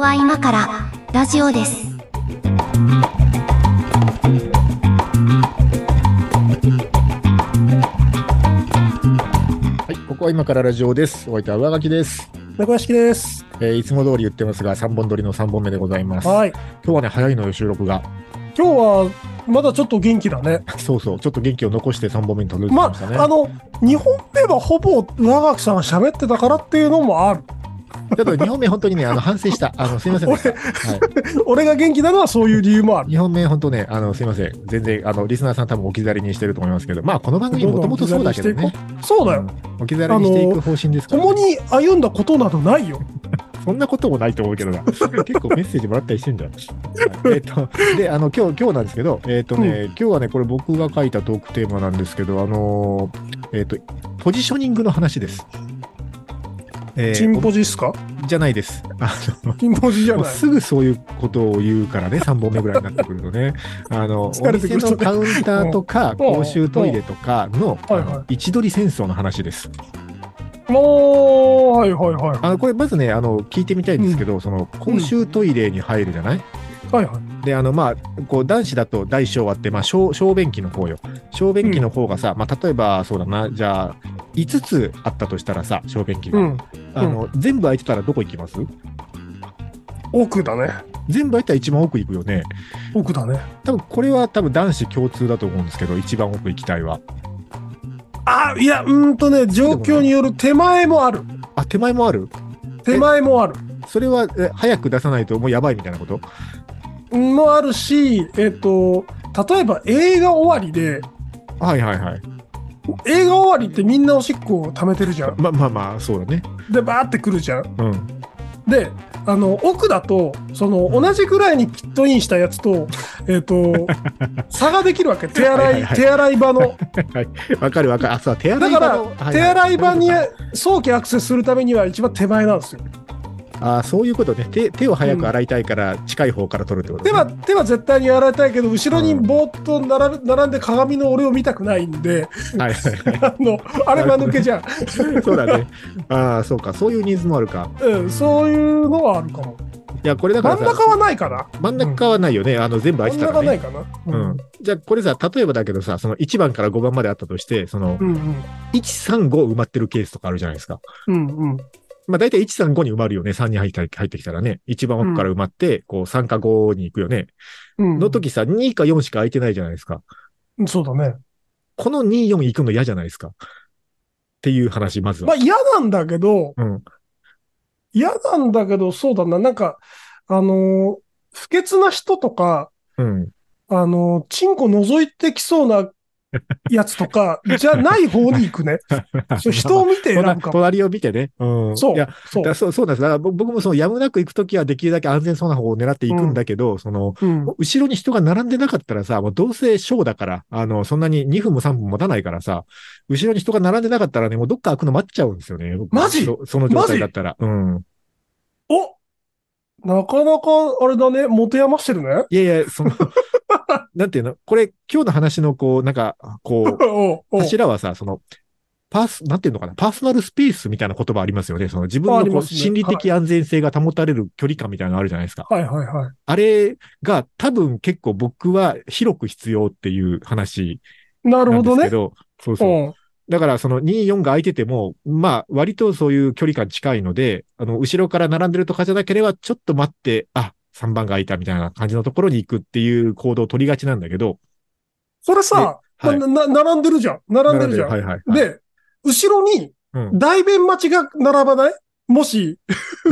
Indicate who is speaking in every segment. Speaker 1: は今からラジオです。
Speaker 2: はい、ここは今からラジオです。お相手は上書きです。
Speaker 3: 中屋敷です。
Speaker 2: えーいつも通り言ってますが、3本撮りの3本目でございます。
Speaker 3: はい。
Speaker 2: 今日はね、早いのよ、収録が。
Speaker 3: 今日は、まだちょっと元気だね。
Speaker 2: そうそう、ちょっと元気を残して3本目に撮るって
Speaker 3: ま
Speaker 2: ましたね。
Speaker 3: あ、あの、2本目はほぼ上垣さんが喋ってたからっていうのもある。
Speaker 2: ただ、2本目本当にね、あの、反省した。あの、すいませんでした。はい。
Speaker 3: 俺が元気なのはそういう理由もある。
Speaker 2: 2本目本当ね、あの、すいません。全然、あの、リスナーさん多分置き去りにしてると思いますけど、まあ、この番組もともとそうだけどね。
Speaker 3: そうだよ。
Speaker 2: 置き去りにしていく方針ですから、
Speaker 3: 共に歩んだことなどないよ。
Speaker 2: そんなこともないと思うけどな。 結構メッセージもらったりしてんじゃ ん。はいえっと、で、あの、今日、今日なんですけど、えっ、とね、
Speaker 3: う
Speaker 2: 今日はね、これ僕が書いたトークテーマなんですけど、あのーえっ、と、ポジショニングの話です。えー
Speaker 3: チンポジっすか
Speaker 2: じゃないです。あの
Speaker 3: チンポジじゃ
Speaker 2: もう
Speaker 3: ない。
Speaker 2: すぐそういうことを言うからね、3本目ぐらいになってくるとね、あの、お
Speaker 3: 疲れて
Speaker 2: 店
Speaker 3: くると
Speaker 2: の
Speaker 3: ね
Speaker 2: カウンターとか、
Speaker 3: うん
Speaker 2: 公衆トイレとかの、
Speaker 3: うんはいは
Speaker 2: あ
Speaker 3: い
Speaker 2: の位置取り戦争の話です。
Speaker 3: もう、はいはいはい。
Speaker 2: あの、これまずね、あの、聞いてみたいんですけど、その、公衆トイレに入るじゃない、
Speaker 3: はいはい。
Speaker 2: であのまあこう男子だと大小あって、まあ、小小便器の方よ小便器の方がさ、まあ、例えばそうだなじゃあ5つあったとしたらさ小便器が、
Speaker 3: うん。
Speaker 2: あの全部空いてたらどこ行きます
Speaker 3: 奥だね。
Speaker 2: 全部空いたら一番奥行くよね
Speaker 3: 奥だね。
Speaker 2: 多分これは多分男子共通だと思うんですけど一番奥行きたいは
Speaker 3: あ、いや、うーんとね、状況による手前もある。
Speaker 2: あ手前もある
Speaker 3: 手前もある。
Speaker 2: それはえ早く出さないともうやばいみたいなこと
Speaker 3: もあるし、えっ、と、例えば映画終わりで、
Speaker 2: はいはいはい
Speaker 3: 映画終わりってみんなおしっこを溜めてるじゃん。
Speaker 2: まあまあまあそうだね
Speaker 3: で、バーってくるじゃん。
Speaker 2: うん
Speaker 3: で、あの、奥だと、その、同じくらいにピットインしたやつと、え っ、と、差ができるわけ。手
Speaker 2: は
Speaker 3: 洗
Speaker 2: いはい
Speaker 3: い
Speaker 2: は、い
Speaker 3: 手洗い場の。
Speaker 2: わかるわかるあそう手洗
Speaker 3: だ
Speaker 2: い
Speaker 3: か
Speaker 2: 場
Speaker 3: ら、
Speaker 2: のはいはい
Speaker 3: 手洗い場に早期アクセスするためには一番手前なんですよ。
Speaker 2: ああそういうことね手手を早く洗いたいから近い方から取るってことね、
Speaker 3: 手は、手は絶対に洗いたいけど、後ろにぼーっと並べ並んで鏡の俺を見たくないんで、
Speaker 2: はいはいはい
Speaker 3: あの、あれ間抜けじゃん。
Speaker 2: そうだね。ああ、そうか。そういうニーズもあるか。
Speaker 3: うん、そういうのはあるかも。
Speaker 2: いや、これだか
Speaker 3: 真
Speaker 2: ら
Speaker 3: ん
Speaker 2: さ、
Speaker 3: 中はないかな。
Speaker 2: 真ん中はないよね。あの、全部空い
Speaker 3: 真
Speaker 2: て
Speaker 3: ん
Speaker 2: たら
Speaker 3: 中はな
Speaker 2: ね
Speaker 3: い。かな。
Speaker 2: うん。じゃあ、これさ、例えばだけどさ、その1番から5番まであったとして、その、
Speaker 3: うんうん
Speaker 2: 1、3、5埋まってるケースとかあるじゃないですか。
Speaker 3: うんうん。
Speaker 2: まあ、大体1、3、5に埋まるよね。3に入って入ってきたらね。1番奥から埋まって、こう、3か5に行くよね。
Speaker 3: うん
Speaker 2: の時さ、2か4しか空いてないじゃないですか。
Speaker 3: うんそうだね。
Speaker 2: この2、4行くの嫌じゃないですか。っていう話、まずは。
Speaker 3: まあ嫌なんだけど、
Speaker 2: うん。
Speaker 3: 嫌なんだけど、そうだな。なんか、あのー不潔な人とか、
Speaker 2: うん。
Speaker 3: あのーチンコ覗いてきそ うなやつとか、じゃない方に行くね。そう人を見て選ぶかも。
Speaker 2: 隣を見てね。うん。
Speaker 3: そ
Speaker 2: いや
Speaker 3: う、そ
Speaker 2: だから
Speaker 3: う。
Speaker 2: そうそうなんです。だから僕僕もそのやむなく行くときはできるだけ安全そうな方を狙っていくんだけど、その、
Speaker 3: うん、
Speaker 2: 後ろに人が並んでなかったらさ、もうどうせショーだから、あの、そんなに2分も3分も持たないからさ、後ろに人が並んでなかったらね、もうどっか開くの待っちゃうんですよね。僕
Speaker 3: マジ
Speaker 2: そその状態だったら。うん。
Speaker 3: おなかなか、あれだね、持て余してるね。
Speaker 2: いやいや、 その、なんていうのこれ、今日の話のこう、なんか、こう、
Speaker 3: おうおう
Speaker 2: 柱はさ、その、パース、なんていうのかな、パーソナルスペースみたいな言葉ありますよね。その自分
Speaker 3: ああ
Speaker 2: の
Speaker 3: り
Speaker 2: こ
Speaker 3: ま
Speaker 2: う
Speaker 3: すね
Speaker 2: 心理的安全性が保たれる距離感みたいなのあるじゃないですか。
Speaker 3: はいはいはい。
Speaker 2: あれが多分結構僕は広く必要っていう話
Speaker 3: なる
Speaker 2: なん
Speaker 3: ほ
Speaker 2: で
Speaker 3: ど
Speaker 2: すけ
Speaker 3: ね。
Speaker 2: ど、そうそう。
Speaker 3: うん
Speaker 2: だからその2、4が空いてても、まあ割とそういう距離感近いので、あの、後ろから並んでるとかじゃなければ、ちょっと待って、あ、3番が空いたみたいな感じのところに行くっていう行動を取りがちなんだけど、
Speaker 3: それさ、
Speaker 2: はい。
Speaker 3: なな並んでるじゃん。並んでるじゃん。
Speaker 2: はいはい、はい。
Speaker 3: で、後ろに
Speaker 2: うん、
Speaker 3: 大便待ちが並ばない もし、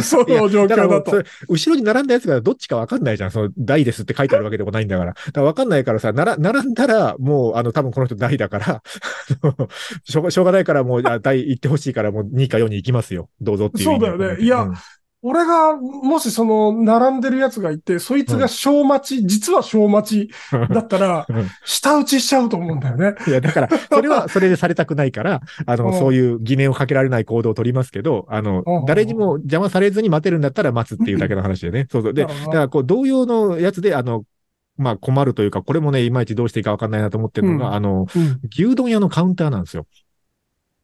Speaker 3: そ
Speaker 2: いや
Speaker 3: の状況
Speaker 2: だからも
Speaker 3: だ
Speaker 2: うそ
Speaker 3: と。
Speaker 2: れ後ろに並んだやつがどっちかわかんないじゃん。その、台ですって書いてあるわけでもないんだから。だからわかんないからさ、なら、並んだら、もう、あの、多分この人台だから、 あのしょうが、しょうがないからもう、あ台行ってほしいからもう2か4に行きますよ。どうぞっていう意味で。
Speaker 3: そうだよねいや
Speaker 2: ん
Speaker 3: 俺が、もしその、並んでるやつがいて、そいつが小待ち、実は小待ちだったら
Speaker 2: うん、
Speaker 3: 下打ちしちゃうと思うんだよね。
Speaker 2: いや、だから、それは、それでされたくないから、あ
Speaker 3: う
Speaker 2: の、
Speaker 3: ん
Speaker 2: そういう疑念をかけられない行動を取りますけど、あの
Speaker 3: うん、
Speaker 2: 誰にも邪魔されずに待てるんだったら待つっていうだけの話でね。 そうそう。で、
Speaker 3: なるほ
Speaker 2: だ
Speaker 3: ど
Speaker 2: からこう同様のやつで、あの、まあ困るというか、これもね、いまいちどうしていいかわかんないなと思ってるのが、
Speaker 3: うん
Speaker 2: あの、
Speaker 3: うん
Speaker 2: 牛丼屋のカウンターなんですよ。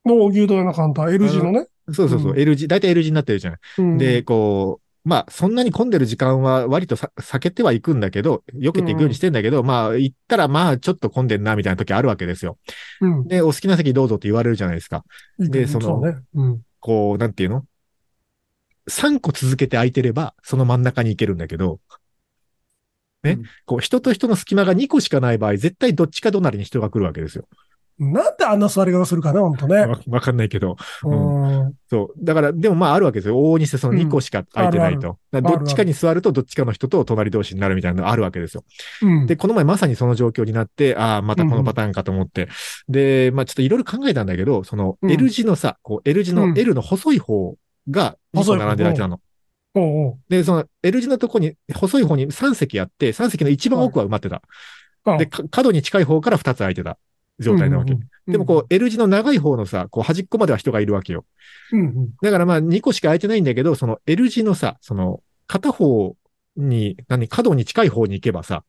Speaker 3: もう牛丼屋の簡単、L 字のね。
Speaker 2: そうそうそう、
Speaker 3: う
Speaker 2: L 字、大体 L 字になってるじゃない。
Speaker 3: うん
Speaker 2: で、、こまあ、そんなに混んでる時間は割とさ避けてはいくんだけど、避けていくようにしてんだけど、まあ、行ったらまあ、ちょっと混んでんな、みたいな時あるわけですよ。
Speaker 3: うん。
Speaker 2: で、お好きな席どうぞって言われるじゃないですか。
Speaker 3: いいけど
Speaker 2: でその
Speaker 3: そうね。うん。
Speaker 2: こう、なんていうの ?3 個続けて空いてれば、その真ん中に行けるんだけど、ね、
Speaker 3: うん
Speaker 2: こう、人と人の隙間が2個しかない場合、絶対どっちか隣に人が来るわけですよ。
Speaker 3: なんであんな座り方するかね、ほんとね。
Speaker 2: わわかんないけど。
Speaker 3: うん。
Speaker 2: そう。だから、でもまああるわけですよ。往々にしてその2個しか空いてないと。だからどっちかに座るとどっちかの人と隣同士になるみたいなのがあるわけですよ。
Speaker 3: うん。
Speaker 2: で、この前まさにその状況になって、ああ、またこのパターンかと思って。で、まあちょっといろいろ考えたんだけど、その
Speaker 3: うん
Speaker 2: L 字のさ、こう L 字
Speaker 3: う
Speaker 2: の
Speaker 3: ん
Speaker 2: L の細い方が2個並んでるだけなの。
Speaker 3: おうおう
Speaker 2: で、その L 字のとこに、細い方に3席あって、3席の一番奥は埋まってた。
Speaker 3: あ
Speaker 2: で、か角に近い方から2つ空いてた状態なわけ。
Speaker 3: うんうんうん
Speaker 2: でもこう L 字の長い方のさ、こう端っこまでは人がいるわけよ。
Speaker 3: うんうん
Speaker 2: だからまあ2個しか空いてないんだけど、その L 字のさ、その片方に、何、角に近い方に行けばさ、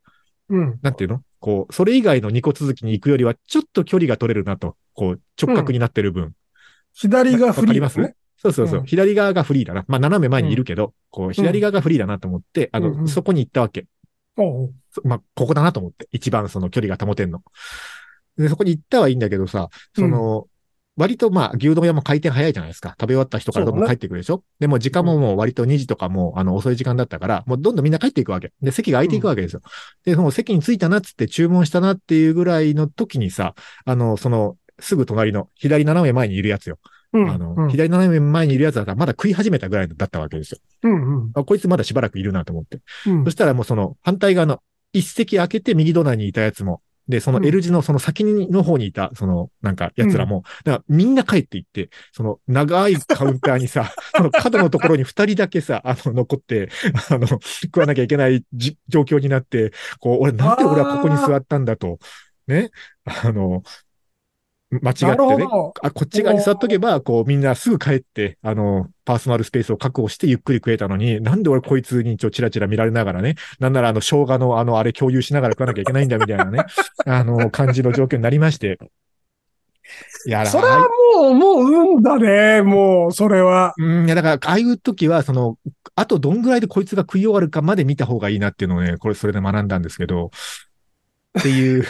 Speaker 3: うん。
Speaker 2: なんていうのこう、それ以外の2個続きに行くよりは、ちょっと距離が取れるなと、こう、直角になってる分。
Speaker 3: 左がフリー
Speaker 2: わ
Speaker 3: で
Speaker 2: か
Speaker 3: す
Speaker 2: ります。
Speaker 3: ね
Speaker 2: そうそうそう、
Speaker 3: うん
Speaker 2: 左側がフリーだな。まあ斜め前にいるけど、こう、左側がフリーだなと思って、あの、
Speaker 3: うんうん
Speaker 2: そこに行ったわけ。
Speaker 3: おうおう
Speaker 2: そまあ、ここだなと思って、一番その距離が保てんの。で、そこに行ったはいいんだけどさ、その、割とまあ、牛丼屋も回転早いじゃないですか。食べ終わった人からどんどん
Speaker 3: そう
Speaker 2: 帰
Speaker 3: だね
Speaker 2: ってくるでしょ、でもう時間ももう割と2時とかもう、あの、遅い時間だったから、もうどんどんみんな帰っていくわけ。で、席が空いていくわけですよ。で、その席に着いたなっつって注文したなっていうぐらいの時にさ、あの、その、すぐ隣の左斜め前にいるやつよ。
Speaker 3: うん。
Speaker 2: あの、
Speaker 3: うん
Speaker 2: 左斜め前にいるやつだからまだ食い始めたぐらいだったわけですよ。
Speaker 3: うんうん
Speaker 2: あこいつまだしばらくいるなと思って。
Speaker 3: うん
Speaker 2: そしたらもうその反対側の一席開けて右隣にいたやつも、で、その
Speaker 3: うん
Speaker 2: L 字のその先の方にいた、その、なんか、奴らも、だからみんな帰っていって、その長いカウンターに さ、その角のところに二人だけさ、あの、残って、あの、食わなきゃいけないじ状況になって、こう、俺、なんで俺はここに座ったんだと、ね、あの、間違って
Speaker 3: なる
Speaker 2: ね
Speaker 3: ほ、ど。
Speaker 2: あ、こっち側に座っとけば、こう、みんなすぐ帰って、あの、パーソナルスペースを確保してゆっくり食えたのに、なんで俺こいつにちょ、チラチラ見られながらね、なんならあの、生姜のあの、あれ共有しながら食わなきゃいけないんだみたいな ね、あの、感じの状況になりまして。いや、だか
Speaker 3: それ
Speaker 2: ら
Speaker 3: はもう、もう運だね。もう、それは。
Speaker 2: うん、いや、だから、ああいう時は、その、あとどんぐらいでこいつが食い終わるかまで見た方がいいなっていうのをね、これ、それで学んだんですけど、っていう、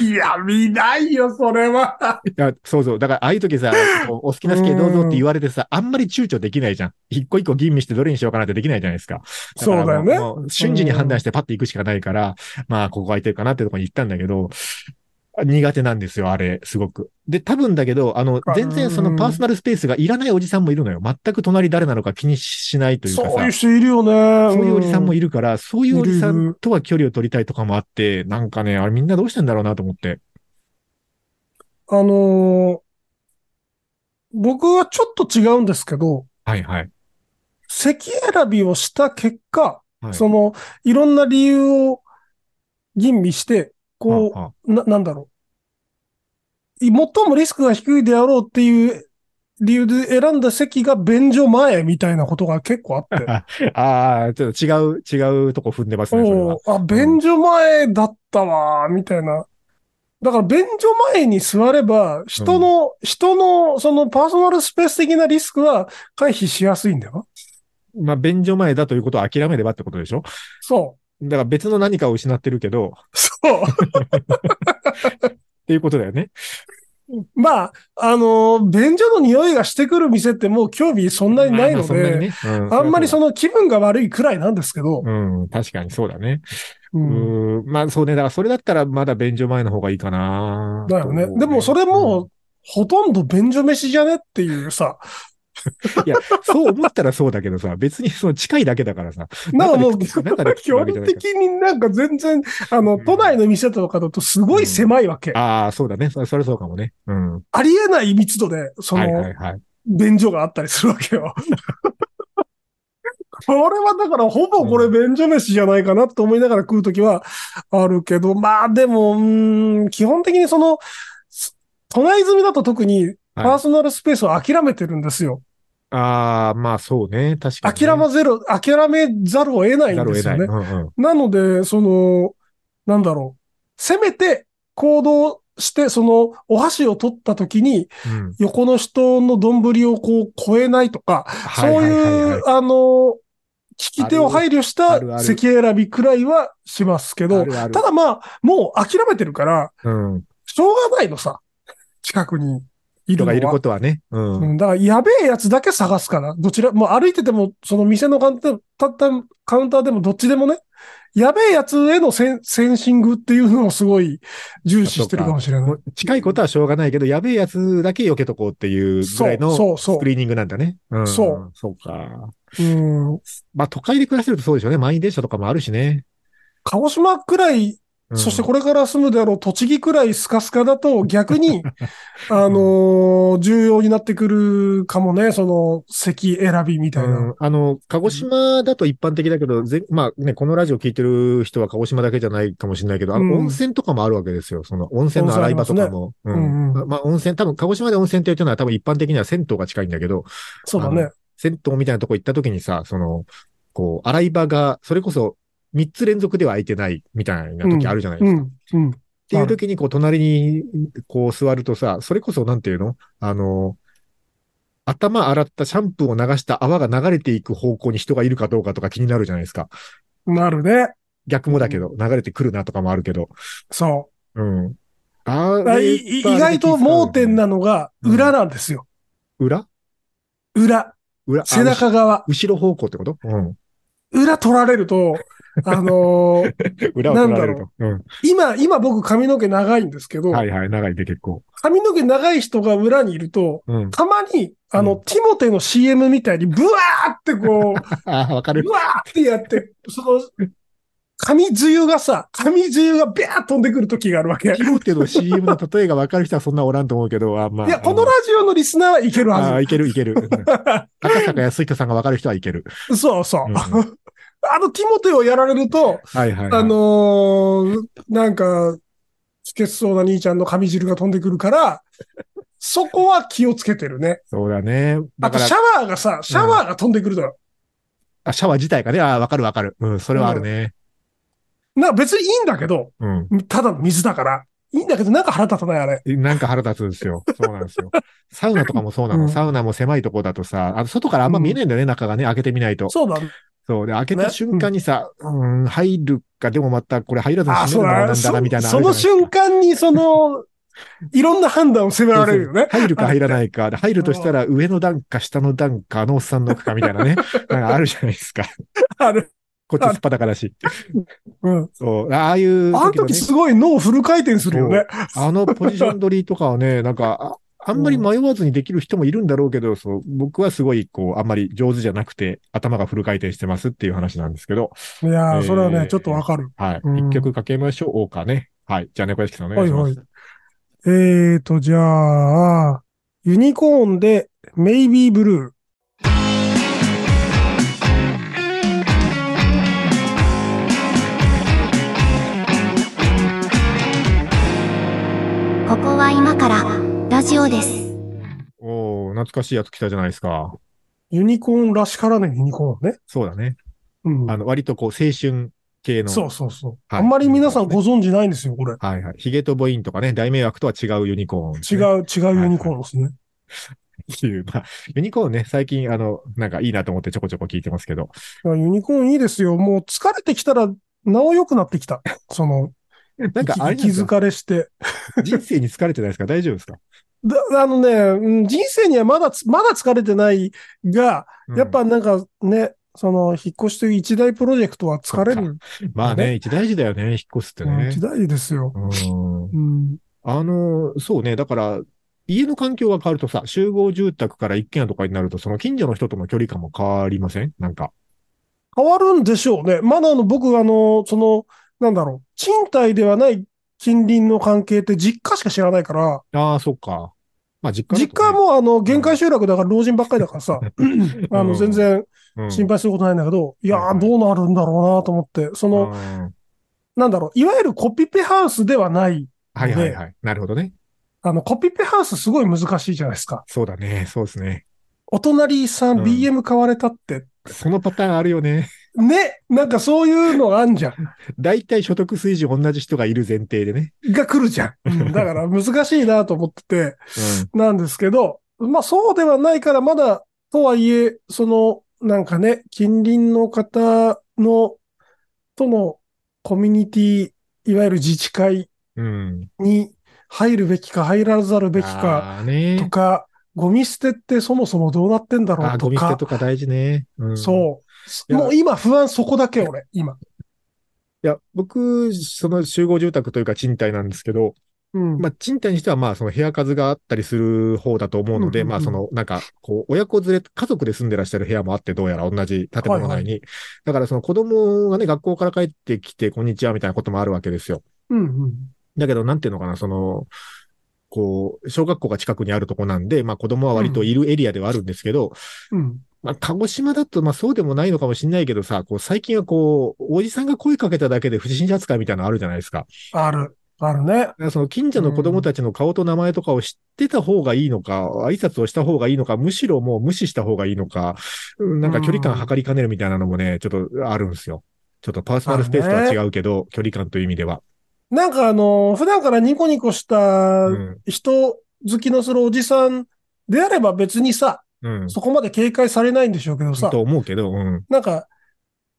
Speaker 3: いや、見ないよ、それは。
Speaker 2: いや、そうそう。だから、ああいう時 さ、こうお好きな席へどうぞって言われてさ、あんまり躊躇できないじゃん。一個一個吟味してどれにしようかなってできないじゃないですか。
Speaker 3: そうだよ
Speaker 2: か
Speaker 3: ね
Speaker 2: らもう。もう瞬時に判断してパッて行くしかないから、まあ、ここ空いてるかなってとこに行ったんだけど、苦手なんですよ、あれ、すごく。で、多分だけど、あの、全然そのパーソナルスペースがいらないおじさんもいるのよ。全く隣誰なのか気にしないというかさ。
Speaker 3: そういう人いるよね。
Speaker 2: そういうおじさんも
Speaker 3: い
Speaker 2: いるから、そういうおじさ
Speaker 3: いるい
Speaker 2: ん
Speaker 3: る
Speaker 2: とは距離を取りたいとかもあって、なんかね、あれみんなどうしてんだろうなと思って。
Speaker 3: あのー僕はちょっと違うんですけど、
Speaker 2: はいはい。
Speaker 3: 席選びをした結果、
Speaker 2: はい
Speaker 3: その、いろんな理由を吟味して、こ
Speaker 2: はあはあ
Speaker 3: う、な、なんだろう。最もリスクが低いであろうっていう理由で選んだ席が便所前みたいなことが結構あって。
Speaker 2: ああ、ちょっと違う、違うとこ踏んでます ね、それは
Speaker 3: お。ーあ、便所前だったわー、みたいな。だから、便所前に座れば、人の、人の、そのパーソナルスペース的なリスクは回避しやすいんだよ。
Speaker 2: まあ、便所前だということを諦めればってことでしょ
Speaker 3: そ
Speaker 2: だから別の何かを失ってるけど、っ
Speaker 3: う。そう。
Speaker 2: ていうことだよね。
Speaker 3: まあ、あのー便所の匂いがしてくる店ってもう興味そんなにないの
Speaker 2: まあまあそんなに
Speaker 3: で、
Speaker 2: ね。う
Speaker 3: あんまりそ
Speaker 2: の。
Speaker 3: の気分が悪いくらいなんですけど、
Speaker 2: うん、確かにそうだね。
Speaker 3: う
Speaker 2: うんん、まあそうね。だからそれだったらまだ便所前の方がいいかな。
Speaker 3: だよね。でもそれもう、ほとんど便所飯じゃねってい うさ、
Speaker 2: いや、そう思ったらそうだけどさ、別にその近いだけだからさ。
Speaker 3: なんかもう、
Speaker 2: 中で
Speaker 3: 基
Speaker 2: 食って中で食ってるわ
Speaker 3: 本
Speaker 2: けじゃないか
Speaker 3: 的になんか全然、あ
Speaker 2: う
Speaker 3: の、
Speaker 2: ん
Speaker 3: 都内の店とかだとすごい狭いわけ。
Speaker 2: ああ、そうだね。そそれそうかもね。うん。は
Speaker 3: ありえない密度で、そ
Speaker 2: いは
Speaker 3: の
Speaker 2: い、はい。
Speaker 3: 便所があったりするわけよ。 これはだから、ほぼこれ便所飯じゃないかなと思いながら食うときはあるけど、まあでも、うーん基本的にその、す都内済みだと特にパーソナルスペースを諦めてるんですよ。
Speaker 2: ああ、まあそうね。確かに、ね。
Speaker 3: 諦めざる、諦めざるを得ない
Speaker 2: ざ
Speaker 3: ん
Speaker 2: るを得
Speaker 3: です
Speaker 2: な
Speaker 3: よ
Speaker 2: い。
Speaker 3: ね
Speaker 2: う。んうん。
Speaker 3: なので、その、なんだろう。せめて行動して、その、お箸を取った時に、
Speaker 2: うん
Speaker 3: 横の人の丼をこう、超えないとか、そう
Speaker 2: はははは
Speaker 3: いう、あの、聞き手を配慮した
Speaker 2: あるある
Speaker 3: 席選びくらいはしますけど、
Speaker 2: あるある
Speaker 3: ただまあ、もう諦めてるから、
Speaker 2: うん。
Speaker 3: しょうがないのさ。近くにい
Speaker 2: 人
Speaker 3: るの
Speaker 2: が
Speaker 3: は。
Speaker 2: いることはね。うん。
Speaker 3: うん、だから、やべえやつだけ探すから、どちら、もう歩いてても、その店のカウンターたったカウンターでもどっちでもね、やべえやつへのセンセンシングっていうのをすごい重視してるかもしれない
Speaker 2: も。う近いことはしょうがないけど、やべえやつだけ避けとこうっていうぐ
Speaker 3: そ
Speaker 2: らいの
Speaker 3: う、
Speaker 2: ス
Speaker 3: そう、そ
Speaker 2: クリーニングなんだね。うん
Speaker 3: そう。
Speaker 2: そうか。
Speaker 3: う。うん。
Speaker 2: まあ都会で暮らしてるとそうでしょうね。満員電車とかもあるしね。
Speaker 3: 鹿児島くらい、
Speaker 2: うん
Speaker 3: そしてこれから住むであろう栃木くらいスカスカだと逆 に、あのー重要になってくるかもね、その席選びみたいうな。
Speaker 2: んあの、鹿児島だと一般的だけど、ぜまあね、このラジオ聞いてる人は鹿児島だけじゃないかもしれないけど、あ
Speaker 3: うん
Speaker 2: の、温泉とかもあるわけですよ。その、温泉の洗い場とかも。
Speaker 3: すね
Speaker 2: うん
Speaker 3: うん
Speaker 2: ままあ、温泉、多分、鹿児島で温泉って言ってるのは多分一般的には銭湯が近いんだけど、
Speaker 3: そうだね。
Speaker 2: 銭湯みたいなとこ行った時にさ、その、こう、洗い場が、それこそ、三つ連続では空いてないみたいな時あるじゃないです
Speaker 3: う
Speaker 2: か。
Speaker 3: ん。うん。
Speaker 2: っていう時に、こう、隣に、こう、座るとさ、それこそ、なんていうのあの、頭洗ったシャンプーを流した泡が流れていく方向に人がいるかどうかとか気になるじゃないですか。
Speaker 3: なるね。
Speaker 2: 逆もだけど、流れてくるなとかもあるけど。
Speaker 3: そう。
Speaker 2: うん。あ
Speaker 3: あ
Speaker 2: あ、
Speaker 3: いい意外と盲点なのが
Speaker 2: うん
Speaker 3: 裏なんですよ。
Speaker 2: 裏
Speaker 3: 裏。
Speaker 2: 裏あ
Speaker 3: 背中側。
Speaker 2: 後ろ方向ってことうん。
Speaker 3: 裏取られ ると、あのー
Speaker 2: 裏を取られると。うん。
Speaker 3: 今、今僕髪の毛長いんですけど、
Speaker 2: はいはい、長いで結構。
Speaker 3: 髪の毛長い人が裏にいると、
Speaker 2: うん。
Speaker 3: たまに、あの、
Speaker 2: う
Speaker 3: ティモテの CM みたいに、ブワーってこう、
Speaker 2: ああ、わかる
Speaker 3: ブ。ワーってやって、その、髪梅雨がさ、髪梅雨がビャーッ飛んでくる時があるわけ。
Speaker 2: ティモテの CM の例えが分かる人はそんなおらんと思うけど、あまあ。
Speaker 3: いや、このラジオのリスナーはいける
Speaker 2: ああ、
Speaker 3: はい
Speaker 2: けるいける。うん赤坂安人さんが分かる人はいける。
Speaker 3: ず。そうそう。
Speaker 2: うん
Speaker 3: あの、ティモテをやられると、
Speaker 2: はいはい、はい。
Speaker 3: あのーなんか、つけそうな兄ちゃんの髪汁が飛んでくる から、そこは気をつけてるね。
Speaker 2: そうだね。だ
Speaker 3: あと
Speaker 2: か
Speaker 3: シ
Speaker 2: ら
Speaker 3: ャ、ワーがさ、シャワーが飛んでくるだろ。
Speaker 2: あシャワー自体がね、ああ、わかるわかる。うん、それはあるね。
Speaker 3: な、別にいいんだけど、
Speaker 2: うん。
Speaker 3: ただの水だから。いいんだけど、なんか腹立たない、あれ。
Speaker 2: なんか腹立つんですよ。そうなんですよ。サウナとかもそうなの。
Speaker 3: うん
Speaker 2: サウナも狭いとこだとさ、あの外からあんま見えないんだよね、中がね、開けてみないと。
Speaker 3: そうだ。
Speaker 2: そう。で、開けた瞬間にさ、うん、入るか、でもまたこれ入らずに
Speaker 3: あ、
Speaker 2: 閉
Speaker 3: そう
Speaker 2: めるのもな
Speaker 3: だ。
Speaker 2: んだ
Speaker 3: そ
Speaker 2: な、みたいな。
Speaker 3: その瞬間に、その、いろんな判断を迫られるよね。
Speaker 2: 入るか入らないか。で入るとしたら上の段か下の段か、あのおっさんの奥かみたいな ね。なんかあるじゃないですか。
Speaker 3: あれ。
Speaker 2: こっちスパだからし。
Speaker 3: うん。
Speaker 2: そう。ああいう、
Speaker 3: あの時すごい脳フル回転するよね。
Speaker 2: あのポジション取りとかはね、なんか、ああんまり迷わずにできる人もいるんだろうけど、そう、僕はすごい、こう、あんまり上手じゃなくて、頭がフル回転してますっていう話なんですけど、
Speaker 3: いや
Speaker 2: え
Speaker 3: ー、
Speaker 2: ー
Speaker 3: それはね、ちょっとわかる。
Speaker 2: はい。
Speaker 3: うん
Speaker 2: 一曲かけましょうかね。はい。じゃあ、猫屋敷さんお願いします。
Speaker 3: はいはえーと、じゃあ、ユニコーンで、メイビーブルー。
Speaker 1: ここは今からラジオです。
Speaker 2: おー、懐かしいやつ来たじゃないですか。
Speaker 3: ユニコーンらしからぬユニコーンね。
Speaker 2: そうだね。
Speaker 3: うん。
Speaker 2: あの、割とこう、青春系の。
Speaker 3: そうそうそう。
Speaker 2: はい
Speaker 3: あんまり皆さんご存知ないんですよ、これ。
Speaker 2: はいはい。ヒゲとボインとかね、大迷惑とは違うユニコーン、
Speaker 3: 違。う、違うユニコーンですね。
Speaker 2: っていう、まあ、ユニコーンね、最近、あの、なんかいいなと思ってちょこちょこ聞いてますけど。
Speaker 3: いやユニコーンいいですよ。もう疲れてきたら、なお良くなってきた。その、
Speaker 2: なんか、あれ
Speaker 3: 息
Speaker 2: なんですか
Speaker 3: 疲れして。
Speaker 2: 人生に疲れてないですか大丈夫ですか
Speaker 3: だあのね、うん人生にはまだつ、まだ疲れてないが、やっ、
Speaker 2: う
Speaker 3: ぱなんかね、その、引っ越しという一大プロジェクトは疲れる。
Speaker 2: んまあね、一大事だよね、引っ越すって
Speaker 3: うん
Speaker 2: ね
Speaker 3: 一。大事ですよ。
Speaker 2: うん
Speaker 3: うん。
Speaker 2: あの、そうね、だから、家の環境が変わるとさ、集合住宅から一軒家とかになると、その近所の人との距離感も変わりませんなんか。
Speaker 3: 変わるんでしょうね。まだあの、僕、あの、その、なんだろう、賃貸ではない近隣の関係って実家しか知らないから、
Speaker 2: ああ、そっか。まあ実家だとね、
Speaker 3: 実家はもうあの、限界集落だから老人ばっかりだか らさ、あ
Speaker 2: う
Speaker 3: の、
Speaker 2: ん
Speaker 3: 全然
Speaker 2: うん
Speaker 3: 心配することないんだけど、いや
Speaker 2: はいは
Speaker 3: ー、
Speaker 2: い
Speaker 3: どうなるんだろうなと思って、その、
Speaker 2: うん
Speaker 3: なんだろう、いわゆるコピペハウスではない、
Speaker 2: はいはいはい。なるほどね。
Speaker 3: あの、コピペハウスすごい難しいじゃないですか。
Speaker 2: そうだね、そうですね。
Speaker 3: お隣さ
Speaker 2: うんん
Speaker 3: BM 買われたって、
Speaker 2: そのパターンあるよね。
Speaker 3: ね、なんかそういうのがあんじゃん。
Speaker 2: 大体所得水準同じ人がいる前提でね。
Speaker 3: が来るじゃん。うんだから難しいなと思ってて、なんですけど、まあそうではないからまだ、とはいえ、その、なんかね、近隣の方の、とのコミュニティ、いわゆる自治会
Speaker 2: うん。
Speaker 3: に入るべきか入らざるべきか
Speaker 2: あーね
Speaker 3: とか、ゴミ捨てってそもそもどうなってんだろ
Speaker 2: あー、
Speaker 3: う
Speaker 2: ゴ
Speaker 3: と
Speaker 2: ミ捨て
Speaker 3: か、
Speaker 2: とか大事ね。うん、
Speaker 3: そう。
Speaker 2: いや
Speaker 3: もう今不安そこだけ俺、今。
Speaker 2: いや、僕、その集合住宅というか賃貸なんですけど、
Speaker 3: うん。
Speaker 2: まあ、賃貸にしては、まあ、その部屋数があったりする方だと思うので、
Speaker 3: うんうん
Speaker 2: ま
Speaker 3: うん
Speaker 2: あ、その、なんか、こう、親子連れ、家族で住んでらっしゃる部屋もあって、どうやら同じ建物
Speaker 3: はいは
Speaker 2: 内に。だから、その子供がね、学校から帰ってきて、こんにちは、みたいなこともあるわけですよ。
Speaker 3: うんうん。
Speaker 2: だけど、なんていうのかな、その、こう、小学校が近くにあるとこなんで、まあ、子供は割といるエリアではあるんですけど、
Speaker 3: うん。
Speaker 2: まあ、鹿児島だと、まあ、そうでもないのかもしれないけどさ、こう、最近はこう、おじさんが声かけただけで不審者扱いみたいなのあるじゃないですか。
Speaker 3: ある。あるね。
Speaker 2: だからその近所の子供たちの顔と名前とかを知ってた方がいいのか、挨拶をした方がいいのか、むしろもう無視した方がいいのか、うんなんか距離感測りかねるみたいなのもね、ちょっとあるんですよ。ちょっとパーソナルスペースとは違うけど、距離感という意味では。
Speaker 3: なんかあの、普段からニコニコした
Speaker 2: うん。
Speaker 3: 人好きのするおじさんであれば別にさ、
Speaker 2: うん。
Speaker 3: そこまで警戒されないんでしょうけどさ
Speaker 2: と、思うけど、うん。
Speaker 3: なんか、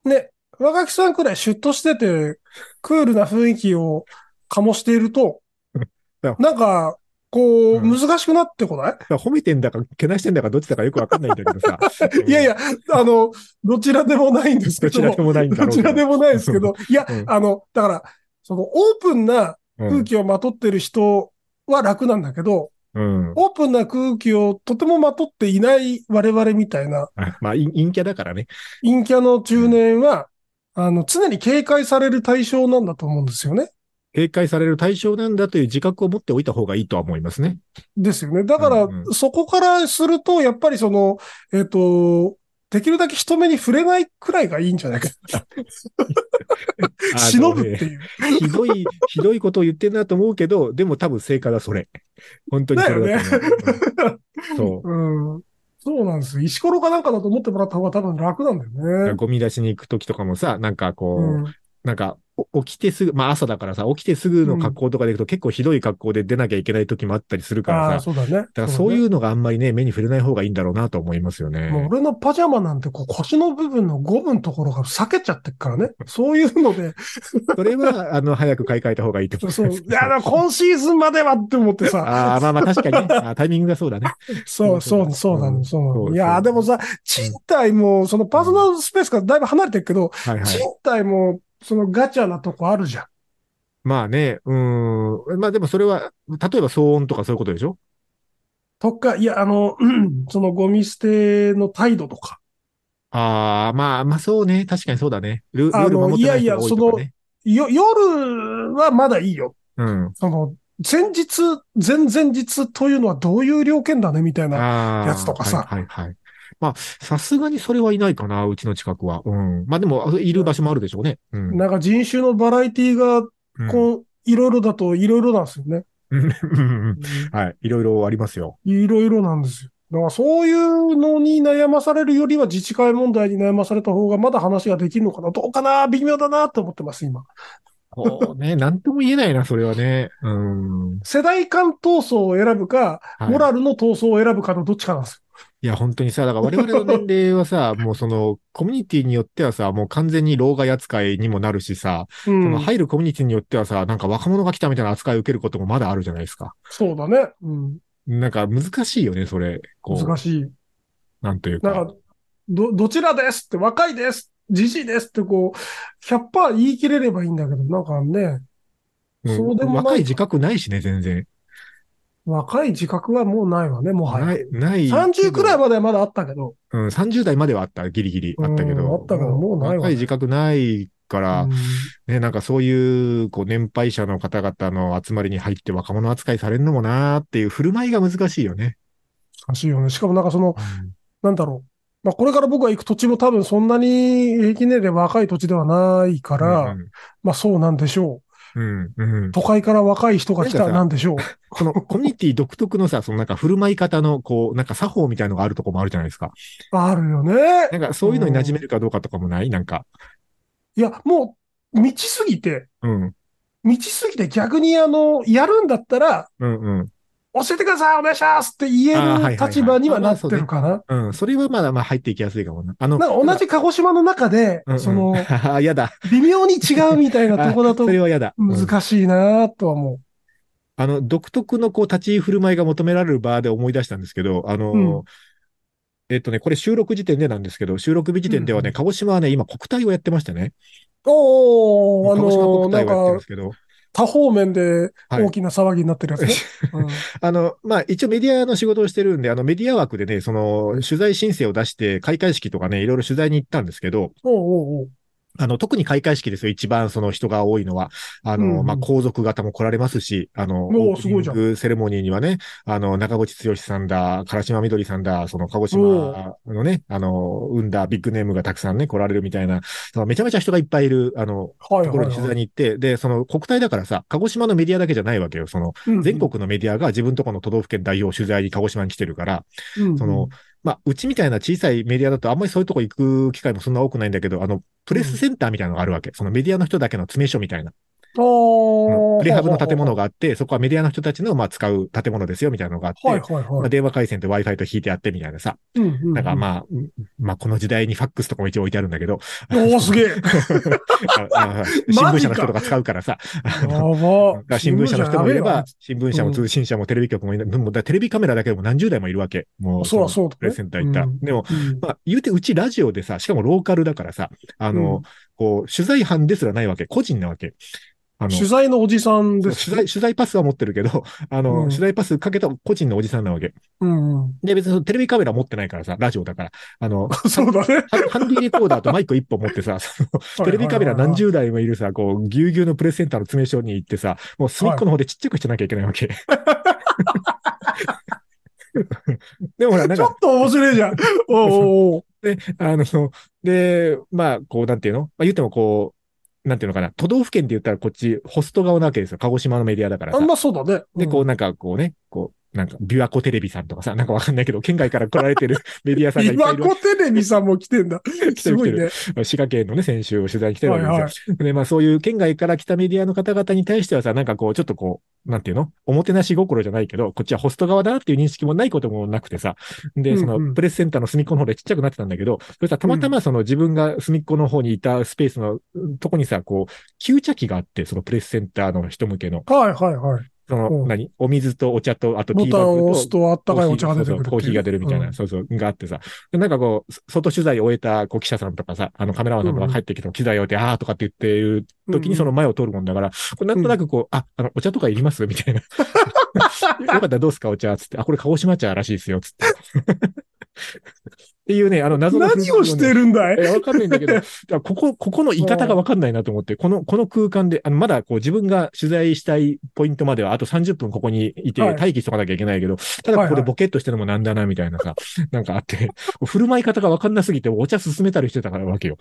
Speaker 3: ね、若木さんくらいシュッとしてて、クールな雰囲気を醸していると
Speaker 2: いや、
Speaker 3: なんか、こう、
Speaker 2: うん
Speaker 3: 難しくなってこない、。
Speaker 2: だから褒めてんだか、けなしてんだか、どっちだかよくわかんないんだけどさ
Speaker 3: いやい
Speaker 2: や、
Speaker 3: や、あの、どちらでもないんですけ
Speaker 2: どち
Speaker 3: ど、
Speaker 2: らでもないんだろう
Speaker 3: ど
Speaker 2: けど
Speaker 3: ちらでもないですけど、いや
Speaker 2: う、ん
Speaker 3: あの、だから、その、オープンな空気をまとってる人は楽なんだけど、
Speaker 2: うん。うん。
Speaker 3: オープンな空気をとてもまとっていない我々みたいな、
Speaker 2: あまあ、陰陰キャだからね。
Speaker 3: 陰キャの中年は、あの、常に警戒される対象なんだと思うんですよね。
Speaker 2: 警戒される対象なんだという自覚を持っておいた方がいいとは思いますね。
Speaker 3: ですよね。だから、
Speaker 2: うんう
Speaker 3: そこからすると、やっぱりその、えっ、と、できるだけ人目に触れないくらいがいいんじ ゃないか。
Speaker 2: あのね
Speaker 3: 忍ぶっていう。
Speaker 2: ひどい、ひどいことを言ってんなと思うけど、でも多分正解だ、それ。本当にそれだと思う。うんそう。
Speaker 3: うん。そうなんですよ。石ころかなんかだと思ってもらった方が多分楽なんだ
Speaker 2: だか
Speaker 3: よ
Speaker 2: ら
Speaker 3: ね。
Speaker 2: ゴミ出しに行くときとかもさ、なんかこう、
Speaker 3: うん。
Speaker 2: なんか、お起きてすぐ、まあ朝だからさ、起きてすぐの格好とかで行くと結構ひどい格好で出なきゃいけないときもあったりするか
Speaker 3: ああ、
Speaker 2: らさ、
Speaker 3: そうだね。だ
Speaker 2: だからそういううのがあんまりね、目に触れない方がいいんだろうなと思いますよ
Speaker 3: だね。もう
Speaker 2: ね。
Speaker 3: 俺のパジャマなんてこう腰の部分のゴムのところが裂けちゃってっか らね。そういうので、
Speaker 2: それは、あの、早く買い替えた方がいいと思います
Speaker 3: そう。いや、だから今シーズンまではって思ってさ。
Speaker 2: ああ、まあまあ確か にね、あータイミングがそうだね。
Speaker 3: そう、
Speaker 2: そ
Speaker 3: そうう、そうな
Speaker 2: う
Speaker 3: の、
Speaker 2: ん
Speaker 3: そうな
Speaker 2: そう
Speaker 3: の。い
Speaker 2: そう
Speaker 3: やー、でもさ、賃貸も、そのパーソナルスペースからだいぶ離れてるけど、
Speaker 2: はいはい
Speaker 3: 賃。貸も、そのガチャなとこあるじゃん。
Speaker 2: まあね、うーん。まあでもそれは、例えば騒音とかそういうことでしょ
Speaker 3: とか、いや、あの、うんそのゴミ捨ての態度とか。
Speaker 2: ああ、まあ、まあそうね。確かにそうだね。ルル
Speaker 3: あの
Speaker 2: ール守ってない人が多いとかね。
Speaker 3: よ、夜はまだいいよ。
Speaker 2: うん。
Speaker 3: その、前日、前々日というのはどういう条件だね、みたいな。
Speaker 2: ああ。
Speaker 3: やつとかさ
Speaker 2: はいはいはい。まあ、さすがにそれはいないかな、うちの近くは。うん。まあでも、いる場所もあるでしょうね。うん。
Speaker 3: なんか人種のバラエティが、
Speaker 2: うん
Speaker 3: こう、いろいろだといろいろなんですよね。
Speaker 2: うんうんはい。いろいろありますよ。
Speaker 3: いろいろなんですよ。だからそういうのに悩まされるよりは自治会問題に悩まされた方がまだ話ができるのかなどうかな微妙だなって思ってます、今。
Speaker 2: こうね、 なんとも言えないな、それはね。うん。
Speaker 3: 世代間闘争を選ぶか、
Speaker 2: はい
Speaker 3: モラルの闘争を選ぶかのどっちかなんです
Speaker 2: いや、本当にさ、だから我々の年齢は さ、もうその、コミュニティによってはさ、もう完全に老害扱いにもなるしさ、
Speaker 3: よ。う
Speaker 2: その
Speaker 3: ん。
Speaker 2: 入るコミュニティによってはさ、なんか若者が来たみたいな扱いを受けることもまだあるじゃないですか。
Speaker 3: そうだね。うん。
Speaker 2: なんか難しいよね、それ。こう、
Speaker 3: 難しい。
Speaker 2: なんという
Speaker 3: な
Speaker 2: か。
Speaker 3: んか、ど、どちらですって、若いです、じじいですってこう、100%言い切れればいいんだけど、なんかね、
Speaker 2: うん
Speaker 3: そうでもない
Speaker 2: 若い自覚ないしね、全然。
Speaker 3: 若い自覚はもうないわね、もは
Speaker 2: な
Speaker 3: や。
Speaker 2: い、ない。
Speaker 3: 30くらい
Speaker 2: は、
Speaker 3: まではまだあったけど。
Speaker 2: うん、30代まではあった、ギリギリ。あったけ
Speaker 3: うん
Speaker 2: ど。
Speaker 3: あったけどもうないわね
Speaker 2: 若い自覚ないから、
Speaker 3: うん
Speaker 2: ね、なんかそういう、こう、年配者の方々の集まりに入って若者扱いされるのもなーっていう振る舞いが難しいよね。
Speaker 3: 難しいよね。しかもなんかその、なんだろう。まあ、これから僕が行く土地も多分そんなに平均年齢若い土地ではないから、
Speaker 2: うん、
Speaker 3: まあそうなんでしょ
Speaker 2: うん、うんうん
Speaker 3: う。都会から若い人が来た
Speaker 2: なんかさ
Speaker 3: なんでしょう。
Speaker 2: このコミュニティ独特のさ、そのなんか振る舞い方の、こう、なんか作法みたいのがあるとこもあるじゃないですか。
Speaker 3: あるよね。
Speaker 2: なんかそういうのに馴染めるかどうかとかもないなんか。
Speaker 3: いや、もう、道すぎて、
Speaker 2: うん。
Speaker 3: 道すぎて逆にあの、やるんだったら、
Speaker 2: うんうん。
Speaker 3: 教えてくださいお願いしますって言
Speaker 2: あーはいはいは
Speaker 3: え
Speaker 2: い
Speaker 3: る立場にはなってるかな。
Speaker 2: うん、それはまだまあ入っていきやすいかもな。あの、
Speaker 3: なんか同じ鹿児島の中で
Speaker 2: うんう、ん
Speaker 3: その、
Speaker 2: あ、やだ。
Speaker 3: 微妙に違うみたいなとこだ と
Speaker 2: それはやだ。うん
Speaker 3: 難しいなとは思
Speaker 2: あの、独特のこう、立ち居振る舞いが求められる場で思い出したんですけど、あのー
Speaker 3: うん
Speaker 2: えっとね、これ収録時点でなんですけど、収録日時点ではね、
Speaker 3: うん
Speaker 2: 鹿児島はね、今国体をやってましたね。
Speaker 3: う。おおあ
Speaker 2: 鹿児島
Speaker 3: の
Speaker 2: 国体をやって
Speaker 3: な
Speaker 2: るん
Speaker 3: ん
Speaker 2: で
Speaker 3: か、
Speaker 2: すけど、
Speaker 3: 多方面で大きな騒ぎになってる やつね。うん
Speaker 2: あの、まあ、一応メディアの仕事をしてるんで、あの、メディア枠でね、その、取材申請を出して、開会式とかね、いろいろ取材に行ったんですけど、
Speaker 3: おうおうおう
Speaker 2: あの、特に開会式ですよ、一番その人が多いのは。あの、
Speaker 3: うんうん
Speaker 2: まあ、皇族方も来られますし、あの、
Speaker 3: おー
Speaker 2: オープニング
Speaker 3: す
Speaker 2: セレモニーにはね、あの、中渕剛さんだ、唐島みどりさんだ、その鹿児島のね、あの、生んだビッグネームがたくさんね、来られるみたいな、そのめちゃめちゃ人がいっぱいいる、あの、
Speaker 3: はい
Speaker 2: ところ
Speaker 3: はい
Speaker 2: に取
Speaker 3: は
Speaker 2: 材
Speaker 3: い。
Speaker 2: に行って、で、その国体だからさ、鹿児島のメディアだけじゃないわけよ。その、
Speaker 3: うん
Speaker 2: 全国のメディアが自分とこの都道府県代表を取材に鹿児島に来てるから、
Speaker 3: うん
Speaker 2: その、まあ、うちみたいな小さいメディアだとあんまりそういうとこ行く機会もそんな多くないんだけど、あの、プレスセンターみたいなのがあるわけ。そのメディアの人だけの詰め所みたいな。
Speaker 3: あ
Speaker 2: う
Speaker 3: あ。
Speaker 2: んプレハブの建物
Speaker 3: が。
Speaker 2: があって、そこはメディアの人たちの、まあ、使う建物ですよみたいなのがあって、
Speaker 3: はいはい
Speaker 2: まあ、
Speaker 3: はい。
Speaker 2: 電話回線と Wi-Fi と引いてあってみたいなさ。
Speaker 3: な
Speaker 2: なんかまあ、うんまあ、この時代にファックスとかも一応置いてあるんだけ ど、
Speaker 3: あ。おお、 すげえ。や
Speaker 2: ああ新聞社の人とか使うからさ、だから
Speaker 3: ば。
Speaker 2: 新聞社の人もいれば、新聞社も
Speaker 3: うん
Speaker 2: 通信社もテレビ局もいない、でもだテレビカメラだけでも何十台もいるわけ。もう、
Speaker 3: そうだ
Speaker 2: その
Speaker 3: そうだね
Speaker 2: プレスセンター行ったら。
Speaker 3: うん
Speaker 2: でも、
Speaker 3: 新聞社。
Speaker 2: まあ、言うて、うちラジオでさ、しかもローカルだからさ、あの、
Speaker 3: うん
Speaker 2: こう、取材班ですらないわけ、個人なわけ。あの、
Speaker 3: 取材のおじさんで
Speaker 2: 取
Speaker 3: す。
Speaker 2: 材、取材パスは持ってるけど、あの、
Speaker 3: うん
Speaker 2: 取材パスかけた個人のおじさんなわけ。
Speaker 3: うんうん。
Speaker 2: で、別にそのテレビカメラ持ってないからさ、ラジオだから。あ の、
Speaker 3: そうだね。
Speaker 2: ハンハンディレコーダーとマイク一本持って さ、その テレビカメラ何十台もいるさ、こう、ぎゅうぎゅうのプレスセンターの詰め所に行ってさ、もう隅っこの方でちっちゃくしてなきゃいけないわ け。 でもほら、なん
Speaker 3: ちょ
Speaker 2: か
Speaker 3: っ、と面白い じゃん。おうおうおう
Speaker 2: で、あの、で、まあ、こう、なんていうのまあ、言ってもこう、なんていうのかな、都道府県って言ったらこっち、ホスト側なわけですよ。鹿児島のメディアだから
Speaker 3: あ
Speaker 2: さ
Speaker 3: ん。まそうだね。
Speaker 2: で、こ
Speaker 3: う
Speaker 2: う、なんかこうね、こう、なんか、琵琶湖テレビさんとかさ、なんかわかんないけど、県外から来られてるメディアさんがいっ
Speaker 3: 琵
Speaker 2: ぱいい
Speaker 3: 琶
Speaker 2: るわ
Speaker 3: 湖テレビさんも来てん だ。
Speaker 2: 来て
Speaker 3: す
Speaker 2: る来
Speaker 3: ご
Speaker 2: て
Speaker 3: い
Speaker 2: る
Speaker 3: ね。
Speaker 2: け。滋賀県のね、先週取材に来てるわ
Speaker 3: は
Speaker 2: け
Speaker 3: い
Speaker 2: ですよ。
Speaker 3: はい。
Speaker 2: で、まあそういう県外から来たメディアの方々に対してはさ、なんかこう、ちょっとこう、なんていうのおもてなし心じゃないけど、こっちはホスト側だなっていう認識もないこともなくてさ。で、そ
Speaker 3: うんう
Speaker 2: の
Speaker 3: ん
Speaker 2: プレスセンターの隅っこの方でちっちゃくなってたんだけど、それさ、たまたまその自分が隅っこの方にいたスペースのうんとこにさ、こう、吸茶器があって、そのプレスセンターの人向けの、
Speaker 3: はいはいはい。
Speaker 2: その、
Speaker 3: うん
Speaker 2: 何お水とお茶と、あとテ
Speaker 3: ボ
Speaker 2: ィー
Speaker 3: タ
Speaker 2: バッ
Speaker 3: ンを
Speaker 2: グ
Speaker 3: 押
Speaker 2: と
Speaker 3: す、とあったかいお茶が出てくるっていう。
Speaker 2: コーヒーが出るみたいな、
Speaker 3: うん
Speaker 2: そうそう、があってさ。でなんかこう、そ外取材を終えたこう記者さんとかさ、あのカメラマンさんとか帰ってきて、機材を置いて、あーとかって言ってる時にその前を通るもんだから、これなんとなくこう、あ、あの、お茶とかいりますみ たいな。よかったらどうすかお茶つって、あ、これ鹿児島茶らしいですよ、つって。っていうね、あの、謎の、
Speaker 3: 何をしてるんだい
Speaker 2: いや、わかんないん だけど、いやここ、ここの言い方がわかんないなと思って、この、この空間で、あの、まだこう自分が取材したいポイントまではあと30分ここにいて
Speaker 3: はい
Speaker 2: 待機しとかなきゃいけないけど、ただここでボケっとしてるのもなんだな、みたいなさ、なんかあって、 振る舞い方がわかんなすぎてお茶勧めたりしてたからわけよ。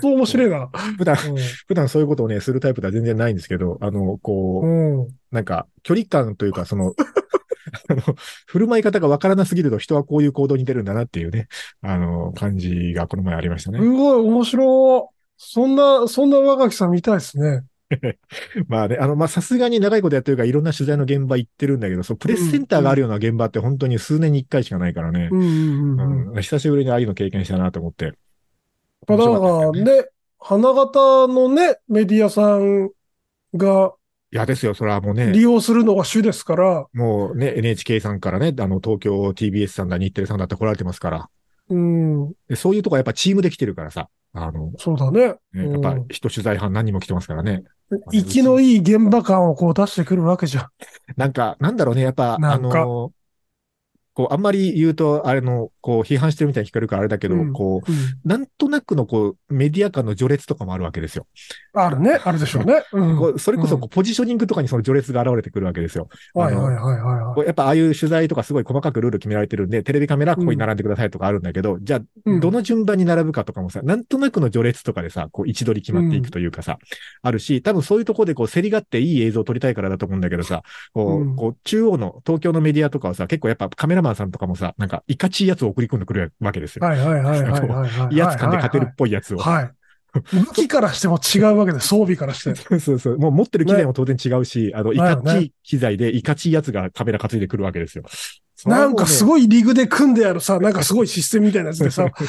Speaker 3: そう面白いな。
Speaker 2: 普段、普段そういうことをね、するタイプでは全然ないんですけど、あの、
Speaker 3: う
Speaker 2: こう、
Speaker 3: ん。うん
Speaker 2: なんか、距離感というか、その、 あの、振る舞い方がわからなすぎると人はこういう行動に出るんだなっていうね、あの、感じがこの前ありましたね。
Speaker 3: すごい面白い。そんな、そんな若木さん見たいですね。
Speaker 2: まあね、あの、まあ、さすがに長いことやってるから、いろんな取材の現場行ってるんだけど、そう、プレスセンターがあるような現場って本当に数年に一回しかないからね
Speaker 3: う。んうん
Speaker 2: う
Speaker 3: うんうん。
Speaker 2: ん。久しぶりにああいうの経験したなと思って。
Speaker 3: まあ、だ
Speaker 2: 面白
Speaker 3: か
Speaker 2: か
Speaker 3: ら
Speaker 2: ったよね
Speaker 3: ね、花形のね、メディアさんが
Speaker 2: いやですよ、それはもうね
Speaker 3: 利、用するのが主ですから、
Speaker 2: もうね、NHK さんからね、あの、東京 TBS さんだ、日テレさんだって来られてますから。
Speaker 3: うん、
Speaker 2: でそういうとこはやっぱチームで来てるからさ。あの、
Speaker 3: そうだね。
Speaker 2: ね
Speaker 3: う
Speaker 2: やっ
Speaker 3: ん
Speaker 2: ぱ人取材班何人も来てますからね。
Speaker 3: 生きのいい現場感をこう出してくるわけじゃん。
Speaker 2: なんか、なんだろうね、やっぱ、
Speaker 3: な
Speaker 2: あ
Speaker 3: んか
Speaker 2: の、こう、あんまり言うと、あれの、こう、批判してるみたいに聞かれるからあれだけど、
Speaker 3: うん
Speaker 2: こう、
Speaker 3: うん
Speaker 2: なんとなくのこう、メディア間の序列とかもあるわけですよ。
Speaker 3: あるね、あるでしょうね。うん
Speaker 2: こうそれこそこうポジショニングとかにその序列が現れてくるわけですよ。
Speaker 3: はい
Speaker 2: あの
Speaker 3: はいはいはい
Speaker 2: こ
Speaker 3: は
Speaker 2: うやっぱああいう取材とかすごい細かくルール決められてるんで、テレビカメラはここに並んでくださいとかあるんだけど、じゃあ
Speaker 3: うん、
Speaker 2: どの順番に並ぶかとかもさ、なんとなくの序列とかでさ、こう位置取り決まっていくというかさ、あるし、多分そういうところでこう競りがっていい映像を撮りたいからだと思うんだけどさ、こ
Speaker 3: う
Speaker 2: うんこう中央の東京のメディアとかはさ、結構やっぱカメラマンさんとかもさ、なんかいかちいやつを送り込んでくるわけです
Speaker 3: い。
Speaker 2: よ。
Speaker 3: はいはいはいはいはいはい。
Speaker 2: 威圧感で勝てるっぽいやつを。
Speaker 3: はい。武器からしても違うわけで、装備からし て。
Speaker 2: そうそうそう。もう持ってる機材も当然違うし、あの、い
Speaker 3: だ
Speaker 2: か
Speaker 3: よね
Speaker 2: っちい機材で、いかちいやつがカメラ担いでくるわけですよ。
Speaker 3: なんかす
Speaker 2: い。
Speaker 3: ごいリグで組んであるさ、なんかすごいシステムみたいなやつでさ、
Speaker 2: そ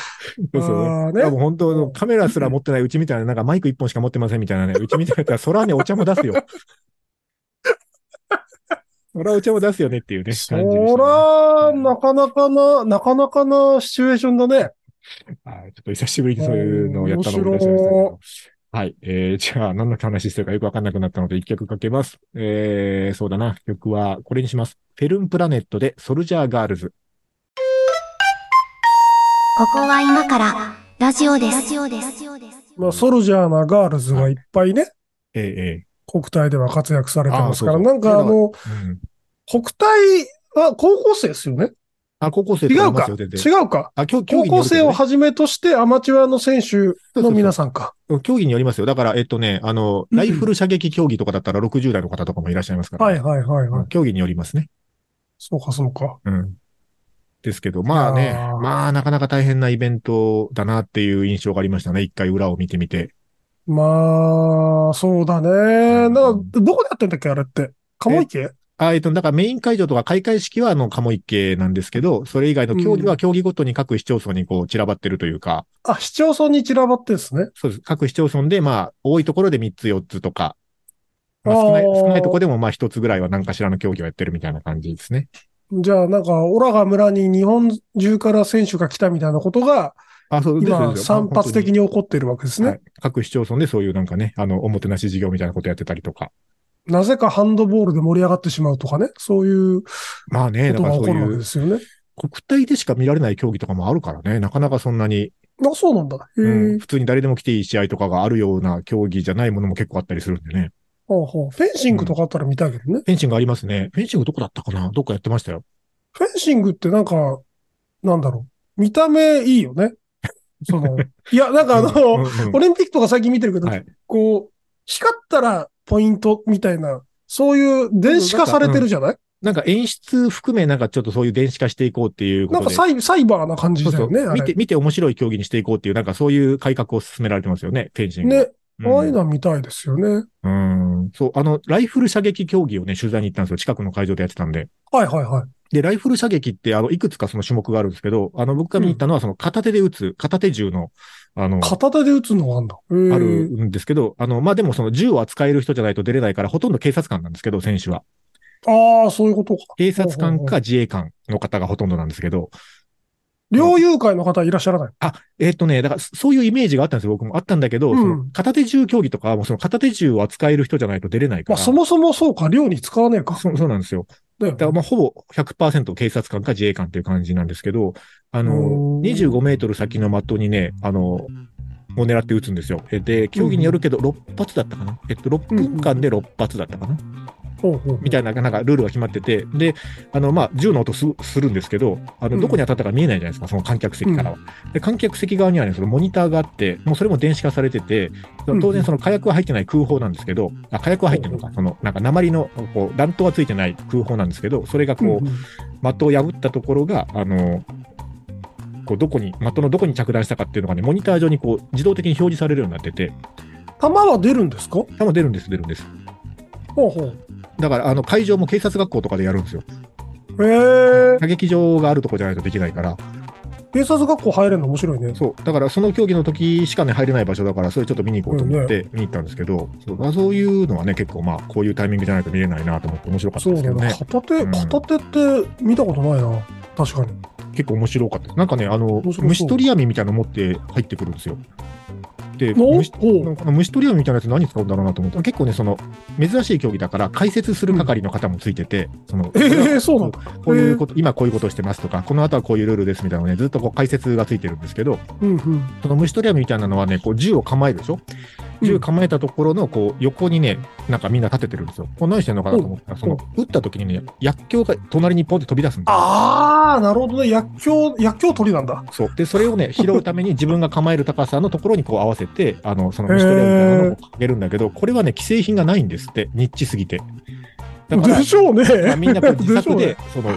Speaker 2: うそう。
Speaker 3: あー
Speaker 2: 多
Speaker 3: ね
Speaker 2: 分本当のカメラすら持ってないうちみたいな、なんかマイク一本しか持ってませんみたいなね、うちみたいなやつは空にお茶も出すよ。 空お茶も出すよねっていうね、
Speaker 3: そ
Speaker 2: 感じでしたね
Speaker 3: ら、なかなかな、なかなかなシチュエーションだね。
Speaker 2: はいちょっと久しぶりにそういうのをやったのを思い出しましたけど。はい。えー、じゃあ、何の話してるかよくわかんなくなったので、一曲かけます。えー、そうだな。曲は、これにします。フェルンプラネットで、ソルジャーガールズ。
Speaker 1: ここは今からラジオです。ラジオです。
Speaker 3: まあ、ソルジャーなガールズがいっぱいね、
Speaker 2: えー、え
Speaker 3: 国体では活躍されてますから、
Speaker 2: あーそうそ
Speaker 3: なんかあの、
Speaker 2: ーうん。
Speaker 3: 国体は高校生ですよね
Speaker 2: あ、高校生と
Speaker 3: 違
Speaker 2: かいうま
Speaker 3: か
Speaker 2: すよ、全然。
Speaker 3: 違うか
Speaker 2: あ、競技
Speaker 3: 高
Speaker 2: によ
Speaker 3: 校
Speaker 2: るけ
Speaker 3: 生
Speaker 2: ど
Speaker 3: を
Speaker 2: ね
Speaker 3: はじめとしてアマチュアの選手の皆さんか。
Speaker 2: うん競技によりますよ。だから、えっとね、あの、
Speaker 3: うん
Speaker 2: ライフル射撃競技とかだったら60代の方とかもいらっしゃいますから。
Speaker 3: はいはいはいは
Speaker 2: う
Speaker 3: い
Speaker 2: ん。競技によりますね。
Speaker 3: そうかそうか。
Speaker 2: うん。ですけど、まあね、
Speaker 3: あー
Speaker 2: まあなかなか大変なイベントだなっていう印象がありましたね。一回裏を見てみて。
Speaker 3: まあ、そうだね。なんか、どこでやってんだっけあれって。鴨池
Speaker 2: あえっと、だからメイン会場とか開会式はあの、鴨池なんですけど、それ以外の競技
Speaker 3: う
Speaker 2: は競技ごとに各市町村にこう散らばってるというか、
Speaker 3: あ、市町村に散らばってんですね。
Speaker 2: そうです。各市町村で、まあ、多いところで3つ4つとか、まあ、少ない、
Speaker 3: あー
Speaker 2: 少ないところでもまあ1つぐらいは何かしらの競技をやってるみたいな感じですね。
Speaker 3: じゃあ、なんか、オラが村に日本中から選手が来たみたいなことが、
Speaker 2: あ、そうです。
Speaker 3: 今、
Speaker 2: です
Speaker 3: 散発的
Speaker 2: 本
Speaker 3: に起こってるわけです
Speaker 2: 当には
Speaker 3: ね
Speaker 2: い。。各市町村でそういうなんかね、あの、おもてなし事業みたいなことやってたりとか。
Speaker 3: なぜかハンドボールで盛り上がってしまうとかね。そういうこ
Speaker 2: まあね、だ
Speaker 3: と
Speaker 2: か
Speaker 3: が
Speaker 2: ら
Speaker 3: 起
Speaker 2: そう
Speaker 3: こるわ
Speaker 2: い
Speaker 3: け
Speaker 2: う
Speaker 3: で、すよね。
Speaker 2: 国体でしか見られない競技とかもあるからね、なかなかそんなに、
Speaker 3: あ、そうなんだ。へえ。
Speaker 2: うん普通に誰でも来ていい試合とかがあるような競技じゃないものも結構あったりするんでね。
Speaker 3: ほうほうフェンシングとかあったら見たいけどね。
Speaker 2: フェンシングありますね。フェンシングどこだったかなどっかやってましたよ。
Speaker 3: フェンシングってなんか、なんだろう。見た目いいよね。そ の、いや、なんかあ
Speaker 2: うん
Speaker 3: の、
Speaker 2: うんうん
Speaker 3: オリンピックとか最近見てるけど
Speaker 2: はい、
Speaker 3: こう、光ったらポイントみたいな、そういう電子化されてるじゃない
Speaker 2: なんか演出含め、なんかちょっとそういう電子化していこうっていうこ
Speaker 3: なん
Speaker 2: と
Speaker 3: か
Speaker 2: で。
Speaker 3: サイサイバーな感じだ
Speaker 2: そ
Speaker 3: よね、
Speaker 2: うそう
Speaker 3: あれ
Speaker 2: 見て、見て面白い競技にしていこうっていう、なんかそういう改革を進められてますよね、フェンシング。
Speaker 3: ね、
Speaker 2: うん、
Speaker 3: ああいうのは見たいですよね。
Speaker 2: うん。そう、あの、ライフル射撃競技をね、取材に行ったんですよ。近くの会場でやってたんで。
Speaker 3: はいはいはい。
Speaker 2: で、ライフル射撃って、あの、いくつかその種目があるんですけど、あの、僕が見に行ったのは、その、片手で撃つ、片手銃の、あの、
Speaker 3: 片手で撃つのがあるんだ。へえ
Speaker 2: あるんですけど、あの、まあ、でもその銃を扱える人じゃないと出れないから、ほとんど警察官なんですけど、選手は。
Speaker 3: ああ、そういうことか。
Speaker 2: 警察
Speaker 3: ほう
Speaker 2: 官
Speaker 3: ほうほ
Speaker 2: か自衛官の方がほとんどなんですけど、
Speaker 3: 猟友会の方いらっしゃらない。
Speaker 2: あ、えっとね、だから、そういうイメージがあったんですよ、僕も。あったんだけど、
Speaker 3: うん
Speaker 2: その片手銃競技とかは、もうその片手銃を扱える人じゃないと出れないか
Speaker 3: まあ
Speaker 2: ら。
Speaker 3: そもそもそうか、猟に使わねえか。
Speaker 2: そうそうなんですよ。
Speaker 3: だよ
Speaker 2: だから
Speaker 3: ね。
Speaker 2: まあほぼ100%警察官か自衛官っていう感じなんですけど、あ
Speaker 3: お
Speaker 2: の、
Speaker 3: ー
Speaker 2: 25メートル先の的にね、あの、を狙って撃つんですよ。えで、競技によるけど、6発だったかな、えっと、6分間で6発だったかな、
Speaker 3: ほうほう
Speaker 2: みたいな、なんかルールが決まってて、で、あの、まあ、銃の音すするんですけど、あ
Speaker 3: う
Speaker 2: の、
Speaker 3: ん
Speaker 2: どこに当たったか見えないじゃないですか、その観客席からは。で、観客席側にはね、そのモニターがあって、もうそれも電子化されてて、その当
Speaker 3: うん
Speaker 2: 然その火薬は入ってない空砲なんですけど、あ、火薬は入ってるのか、その、なんか鉛の、こう、弾頭はついてない空砲なんですけど、それがこう、
Speaker 3: うんうん
Speaker 2: 的を破ったところが、あの、こうどこに、的のどこに着弾したかっていうのがね、モニター上にこう自動的に表示されるようになってて、
Speaker 3: 弾は出るんですか
Speaker 2: 多分出るんです、出るんです。
Speaker 3: ほうほう。
Speaker 2: だから、あの、会場も警察学校とかでやるんですよ。
Speaker 3: へえ
Speaker 2: 射撃場があるとこじゃないとできないから。
Speaker 3: 警察学校入れるの面白いね。
Speaker 2: そう。だから、その競技の時しかね、入れない場所だから、それちょっと見に行こうと思って、見に行ったんですけど、そうまあそういうのはね、結構まあ、こういうタイミングじゃないと見れないなと思って面白かった
Speaker 3: そ
Speaker 2: んで
Speaker 3: う
Speaker 2: すけ
Speaker 3: だ
Speaker 2: ど
Speaker 3: ね。
Speaker 2: ね。
Speaker 3: 片手、
Speaker 2: うん
Speaker 3: 片手って見たことないな。確かに。
Speaker 2: 結構面白かったです。なんかね、あの
Speaker 3: 白、そう
Speaker 2: 虫取り網みたいなの持って入ってくるんですよ。で、
Speaker 3: お
Speaker 2: 虫なんか虫取り網みたいなやつ何使うんだろうなと思って、結構ね、その、珍しい競技だから、解説する係の方もついてて、その、
Speaker 3: えーそうなの
Speaker 2: こういうこと、今こういうことをしてますとか、この後はこういうルールですみたいなのね、ずっとこう解説がついてるんですけど、
Speaker 3: うんうん。
Speaker 2: その虫取り網みたいなのはね、こう銃を構えるでしょ銃構えたところの、こう、横にね、なんかみんな立ててるんですよ。これ何してんのかなと思ったら、その、撃った時にね、薬莢が隣にポンって飛び出すんですよ
Speaker 3: ああ、なるほどね。薬莢、薬莢取りなんだ。
Speaker 2: そう。で、それを ね、拾うために自分が構える高さのところにこう合わせて、あの、その虫取り網みたいなのをかけるんだけど、これはね、既製品がないんですって、ニッチすぎて。だだから
Speaker 3: でしょうね
Speaker 2: まあみんな やっぱり自作
Speaker 3: で
Speaker 2: で、その、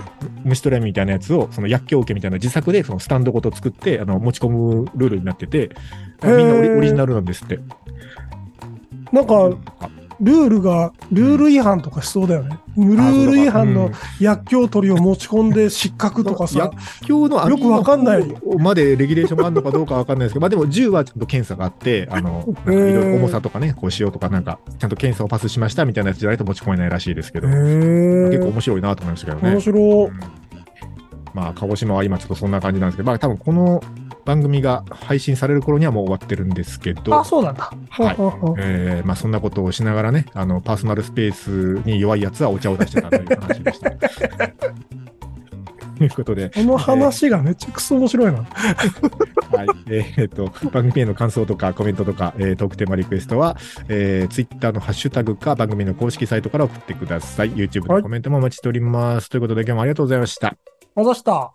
Speaker 2: 虫取り網みたいなやつを、その薬莢受けみたいな自作で、そのスタンドごと作って、あの、持ち込むルールになってて、みんなオリ
Speaker 3: へー
Speaker 2: オリジナルなんですって。
Speaker 3: なんか、ルールが、ルール違反とかしそうだよね。ルール違反の薬莢取りを持ち込んで失格とかさ。
Speaker 2: 今日の
Speaker 3: よくわかんない
Speaker 2: までレギュレーションがあるのかどうかわかんないですけど、まあでも銃はちゃんと検査があ って、あの、なんかいろいろ重さとかね、こうしようとかなんか、ちゃんと検査をパスしましたみたいなやつじゃないと持ち込めないらしいですけ
Speaker 3: へ
Speaker 2: ど、結構
Speaker 3: え。
Speaker 2: 面白いなと思いましたけどね
Speaker 3: 面。
Speaker 2: う。
Speaker 3: 白
Speaker 2: んまあ、鹿児島は今ちょっとそんな感じなんですけど、まあ多分この番組が配信される頃にはもう終わってるんですけど、
Speaker 3: あ、そうなんだ。
Speaker 2: はい
Speaker 3: ほうほうほう
Speaker 2: えーまあそんなことをしながらね、あの、パーソナルスペースに弱いやつはお茶を出してたという話で した。ということで、
Speaker 3: この話がめちゃくそ面白いな。
Speaker 2: はい。えーえっと、番組への感想とかコメントとか、えートークテーマリクエストは、えー、ツイッターのハッシュタグか番組の公式サイトから送ってください。YouTube のコメントもお待ちしております。ということで、今日もありがとうございました。
Speaker 3: まざした。